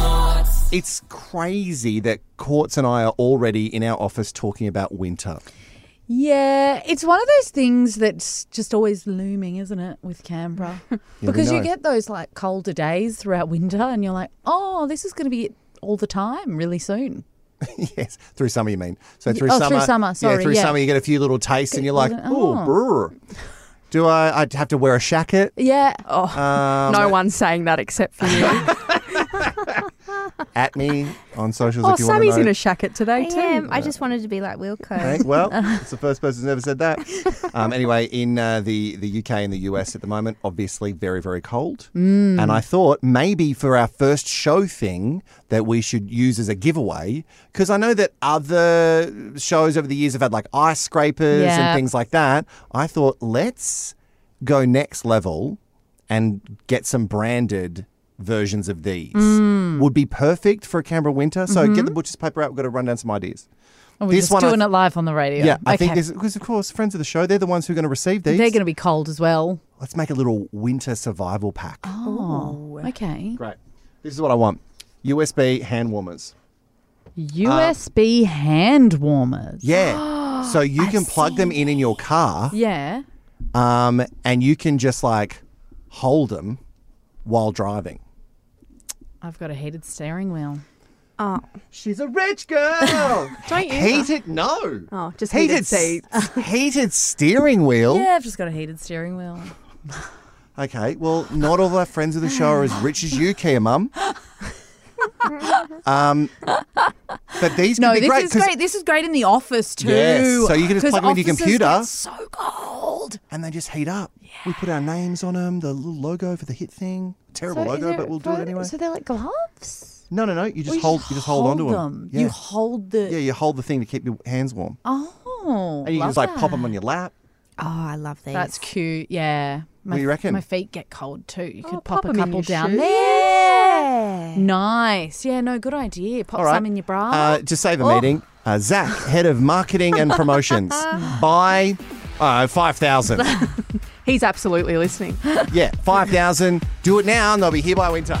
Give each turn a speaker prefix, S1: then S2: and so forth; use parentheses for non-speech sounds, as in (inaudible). S1: Yes.
S2: It's crazy that Courts and I are already in our office talking about winter. (laughs)
S1: Yeah, it's one of those things that's just always looming, isn't it,
S2: (laughs)
S1: with Canberra?
S2: we
S1: (laughs) because you
S2: know.
S1: get those like colder days throughout winter and you're like, oh, this is going to be it all the time really soon.
S2: yes, through summer you mean? So through
S1: oh,
S2: summer,
S1: through summer,
S2: yeah,
S1: sorry,
S2: through
S1: yeah.
S2: summer you get a few little tastes, and you're like,
S1: golden-
S2: oh,
S1: oh."
S2: brr. Do I? I'd have to wear a shacket.
S1: Yeah. (laughs)
S3: Oh,
S2: um,
S3: no one's saying that except for
S2: (laughs)
S3: you.
S2: At me on socials.
S3: oh,
S2: if you want
S3: Sammy's
S2: to
S3: in
S2: know.
S3: a shacket today
S4: I
S3: too.
S4: am. I just wanted to be like Wilco.
S2: Hey, well, it's the first person who's ever said that. Um, anyway, in uh, the, the UK and the US at the moment, obviously very, very cold. Mm. And I thought maybe for our first show thing that we should use as a giveaway, because I know that other shows over the years have had like ice scrapers
S1: Yeah.
S2: and things like that. I thought let's go next level and get some branded versions of these would be perfect for a Canberra winter. So get the butcher's paper out. We've got to run down some ideas.
S1: Oh, we're
S2: this
S1: just
S2: one I
S1: doing
S2: th-
S1: it live on the radio.
S2: Yeah, I think
S1: Okay.
S2: this because of course friends of the show, they're the ones who are going to receive these.
S1: They're going to be cold as well.
S2: Let's make a little winter survival pack.
S1: Oh, okay.
S2: Great. This is what I want. USB hand warmers.
S1: USB hand warmers.
S2: Yeah. so you can plug them in in your car
S1: Yeah.
S2: um, and you can just like hold them while driving.
S1: I've got a heated steering wheel.
S3: Oh,
S2: She's a rich girl.
S3: don't you?
S2: heated no.
S3: Oh, just
S2: heated
S3: heated
S2: s-
S3: seats.
S2: heated steering wheel.
S1: (laughs) Yeah, I've just got a heated steering wheel.
S2: Okay, well, not all our friends of the show are as rich as you, Kia
S1: (laughs)
S2: Mum. um, but these
S1: No,
S2: could be
S1: this
S2: great.
S1: is
S2: 'cause-
S1: great. This is great in the office too.
S2: Yes, so you can just
S1: 'Cause
S2: plug 'em into your
S1: offices
S2: computer.
S1: get so cold.
S2: And they just heat up. We put our names on them, the little logo for the hit thing. Terrible
S4: So is
S2: logo,
S4: it
S2: but we'll do it
S4: for-
S2: anyway.
S4: So they're like gloves.
S2: no, no, no. You just hold. You just hold, onto them. Yeah.
S1: You hold the.
S2: yeah, you hold the thing to keep your hands warm,
S1: Oh,
S2: and you can
S1: love
S2: just like
S1: that.
S2: pop them on your lap.
S4: Oh, I love these.
S1: That's cute. Yeah. My,
S2: do you reckon?
S1: My feet get cold too. You could
S3: Oh,
S1: pop,
S3: pop 'em
S1: a
S3: in
S1: couple
S3: your
S1: down
S3: shoes.
S1: there.
S4: yeah.
S1: Nice. Yeah. No. Good idea. Pop
S2: All right.
S1: some in your bra.
S2: Uh, to save a
S1: Oh.
S2: meeting, uh, Zach, head of marketing and
S1: (laughs)
S2: promotions,
S1: Hmm.
S2: buy uh, five thousand.
S3: He's absolutely listening.
S2: Yeah, 5,000. Do it now and they'll be here by winter.